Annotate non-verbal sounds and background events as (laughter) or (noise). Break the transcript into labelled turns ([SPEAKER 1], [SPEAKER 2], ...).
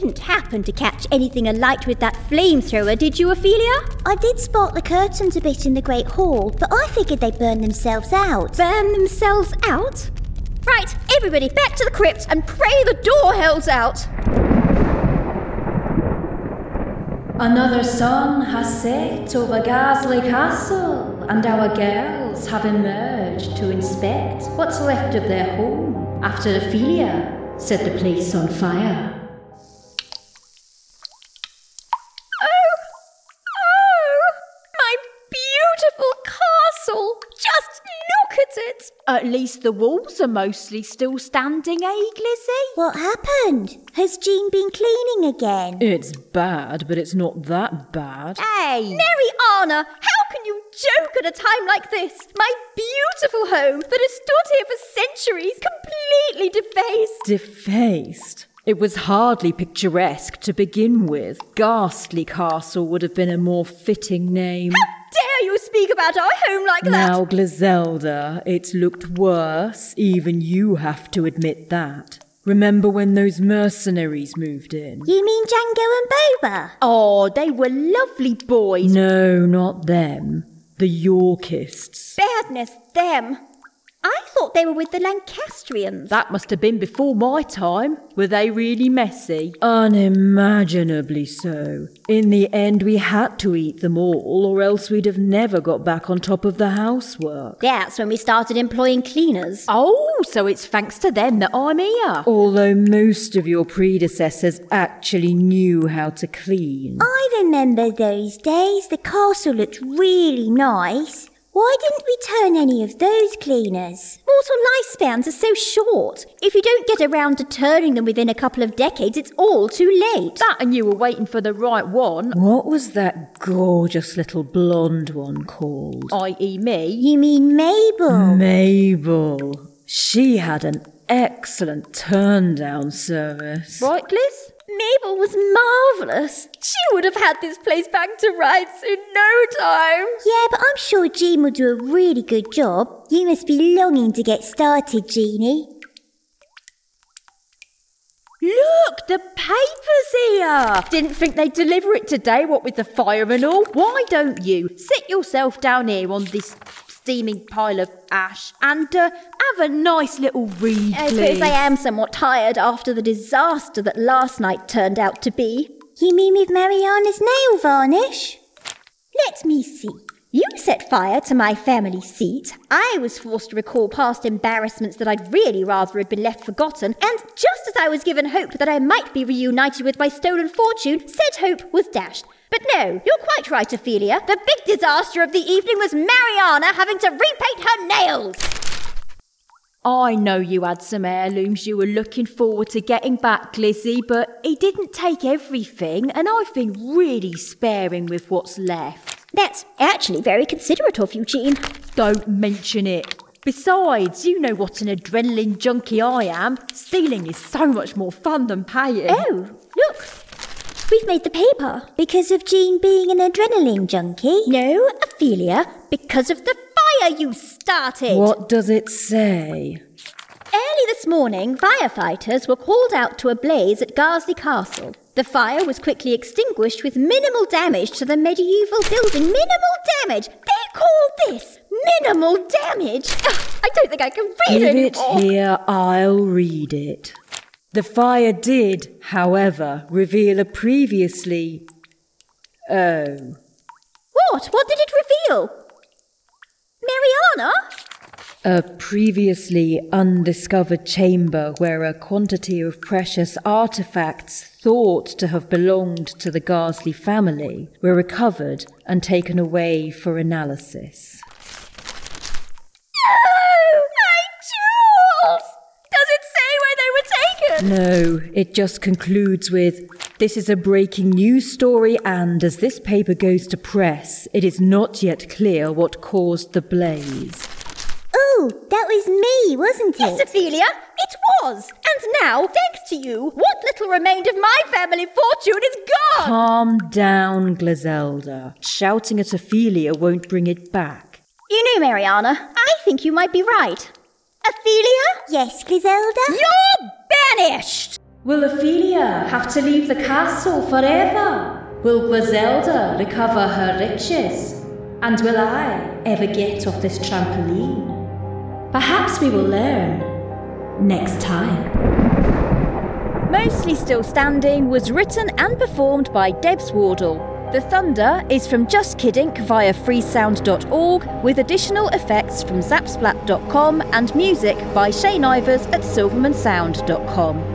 [SPEAKER 1] Didn't happen to catch anything alight with that flamethrower, did you, Ophelia?
[SPEAKER 2] I did spark the curtains a bit in the Great Hall, but I figured they'd burn themselves out.
[SPEAKER 1] Burn themselves out? Right, everybody, back to the crypt and pray the door holds out.
[SPEAKER 3] Another sun has set over Gasley Castle, and our girls have emerged to inspect what's left of their home after Ophelia set the place on fire.
[SPEAKER 1] Oh, oh, my beautiful castle! Just look at it!
[SPEAKER 4] At least the walls are mostly still standing, eh, Glizzy?
[SPEAKER 2] What happened? Has Jean been cleaning again?
[SPEAKER 5] It's bad, but it's not that bad.
[SPEAKER 4] Hey!
[SPEAKER 1] Mariana, how can you joke at a time like this? My beautiful home that has stood here for centuries, completely defaced.
[SPEAKER 5] Defaced. It was hardly picturesque to begin with. Ghastly Castle would have been a more fitting name.
[SPEAKER 1] How dare you speak about our home like that?
[SPEAKER 5] Now, Griselda, it looked worse. Even you have to admit that. Remember when those mercenaries moved in?
[SPEAKER 2] You mean Django and Boba?
[SPEAKER 4] Oh, they were lovely boys.
[SPEAKER 5] No, not them. The Yorkists.
[SPEAKER 1] Badness, them. I thought they were with the Lancastrians.
[SPEAKER 4] That must have been before my time. Were they really messy?
[SPEAKER 5] Unimaginably so. In the end, we had to eat them all, or else we'd have never got back on top of the housework.
[SPEAKER 1] That's when we started employing cleaners.
[SPEAKER 4] Oh, so it's thanks to them that I'm here.
[SPEAKER 5] Although most of your predecessors actually knew how to clean.
[SPEAKER 2] I remember those days. The castle looked really nice. Why didn't we turn any of those cleaners?
[SPEAKER 1] Mortal lifespans are so short. If you don't get around to turning them within a couple of decades, it's all too late.
[SPEAKER 4] That and you were waiting for the right one,
[SPEAKER 5] What was that gorgeous little blonde one called?
[SPEAKER 4] i.e., me.
[SPEAKER 2] You mean Mabel?
[SPEAKER 5] Mabel. She had an excellent turn down service.
[SPEAKER 4] Right, Gliss?
[SPEAKER 1] Mabel was marvellous. She would have had this place back to rights in no time.
[SPEAKER 2] Yeah, but I'm sure Jean will do a really good job. You must be longing to get started, Jeanie.
[SPEAKER 4] Look, the paper's here. Didn't think they'd deliver it today, what with the fire and all. Why don't you sit yourself down here on this steaming pile of ash and uh, have a nice little read,
[SPEAKER 1] I suppose
[SPEAKER 4] please?
[SPEAKER 1] I am somewhat tired after the disaster that last night turned out to be.
[SPEAKER 2] You mean with Mariana's nail varnish?
[SPEAKER 1] Let me see. You set fire to my family seat. I was forced to recall past embarrassments that I'd really rather had been left forgotten. And just as I was given hope that I might be reunited with my stolen fortune, said hope was dashed. But no, you're quite right, Ophelia. The big disaster of the evening was Mariana having to repaint her nails.
[SPEAKER 4] I know you had some heirlooms you were looking forward to getting back, Lizzie, but he didn't take everything, and I've been really sparing with what's left.
[SPEAKER 1] That's actually very considerate of you, Jean.
[SPEAKER 4] Don't mention it. Besides, you know what an adrenaline junkie I am. Stealing is so much more fun than paying.
[SPEAKER 1] Oh, look. We've made the paper.
[SPEAKER 2] Because of Jean being an adrenaline junkie?
[SPEAKER 1] No, Ophelia, because of the fire you started.
[SPEAKER 5] What does it say?
[SPEAKER 1] Early this morning, firefighters were called out to a blaze at Garsley Castle. The fire was quickly extinguished with minimal damage to the medieval building. Minimal damage! They call this minimal damage! Ugh, I don't think I can read
[SPEAKER 5] Leave it
[SPEAKER 1] anymore.
[SPEAKER 5] here, I'll read it. The fire did, however, reveal a previously. Oh.
[SPEAKER 1] What? What did it reveal? Mariana?
[SPEAKER 5] A previously undiscovered chamber where a quantity of precious artifacts thought to have belonged to the Garsley family were recovered and taken away for analysis.
[SPEAKER 1] Oh, my jewels! Does it say where they were taken?
[SPEAKER 5] (laughs) No, it just concludes with this is a breaking news story, and as this paper goes to press, it is not yet clear what caused the blaze.
[SPEAKER 2] Ooh, that was me, wasn't
[SPEAKER 1] Yes,
[SPEAKER 2] it?
[SPEAKER 1] Ophelia, it was. And now, thanks to you, what little remained of my family fortune is gone.
[SPEAKER 5] Calm down, Griselda. Shouting at Ophelia won't bring it back.
[SPEAKER 1] You know, Mariana, I think you might be right. Ophelia,
[SPEAKER 2] Yes, Griselda?
[SPEAKER 1] you're banished.
[SPEAKER 6] Will Ophelia have to leave the castle forever? Will Griselda recover her riches? And will I ever get off this trampoline? Perhaps we will learn next time.
[SPEAKER 1] Mostly Still Standing was written and performed by Debs Wardle. The Thunder is from Just Kiddink via freesound.org with additional effects from zapsplat.com and music by Shane Ivers at silvermansound.com.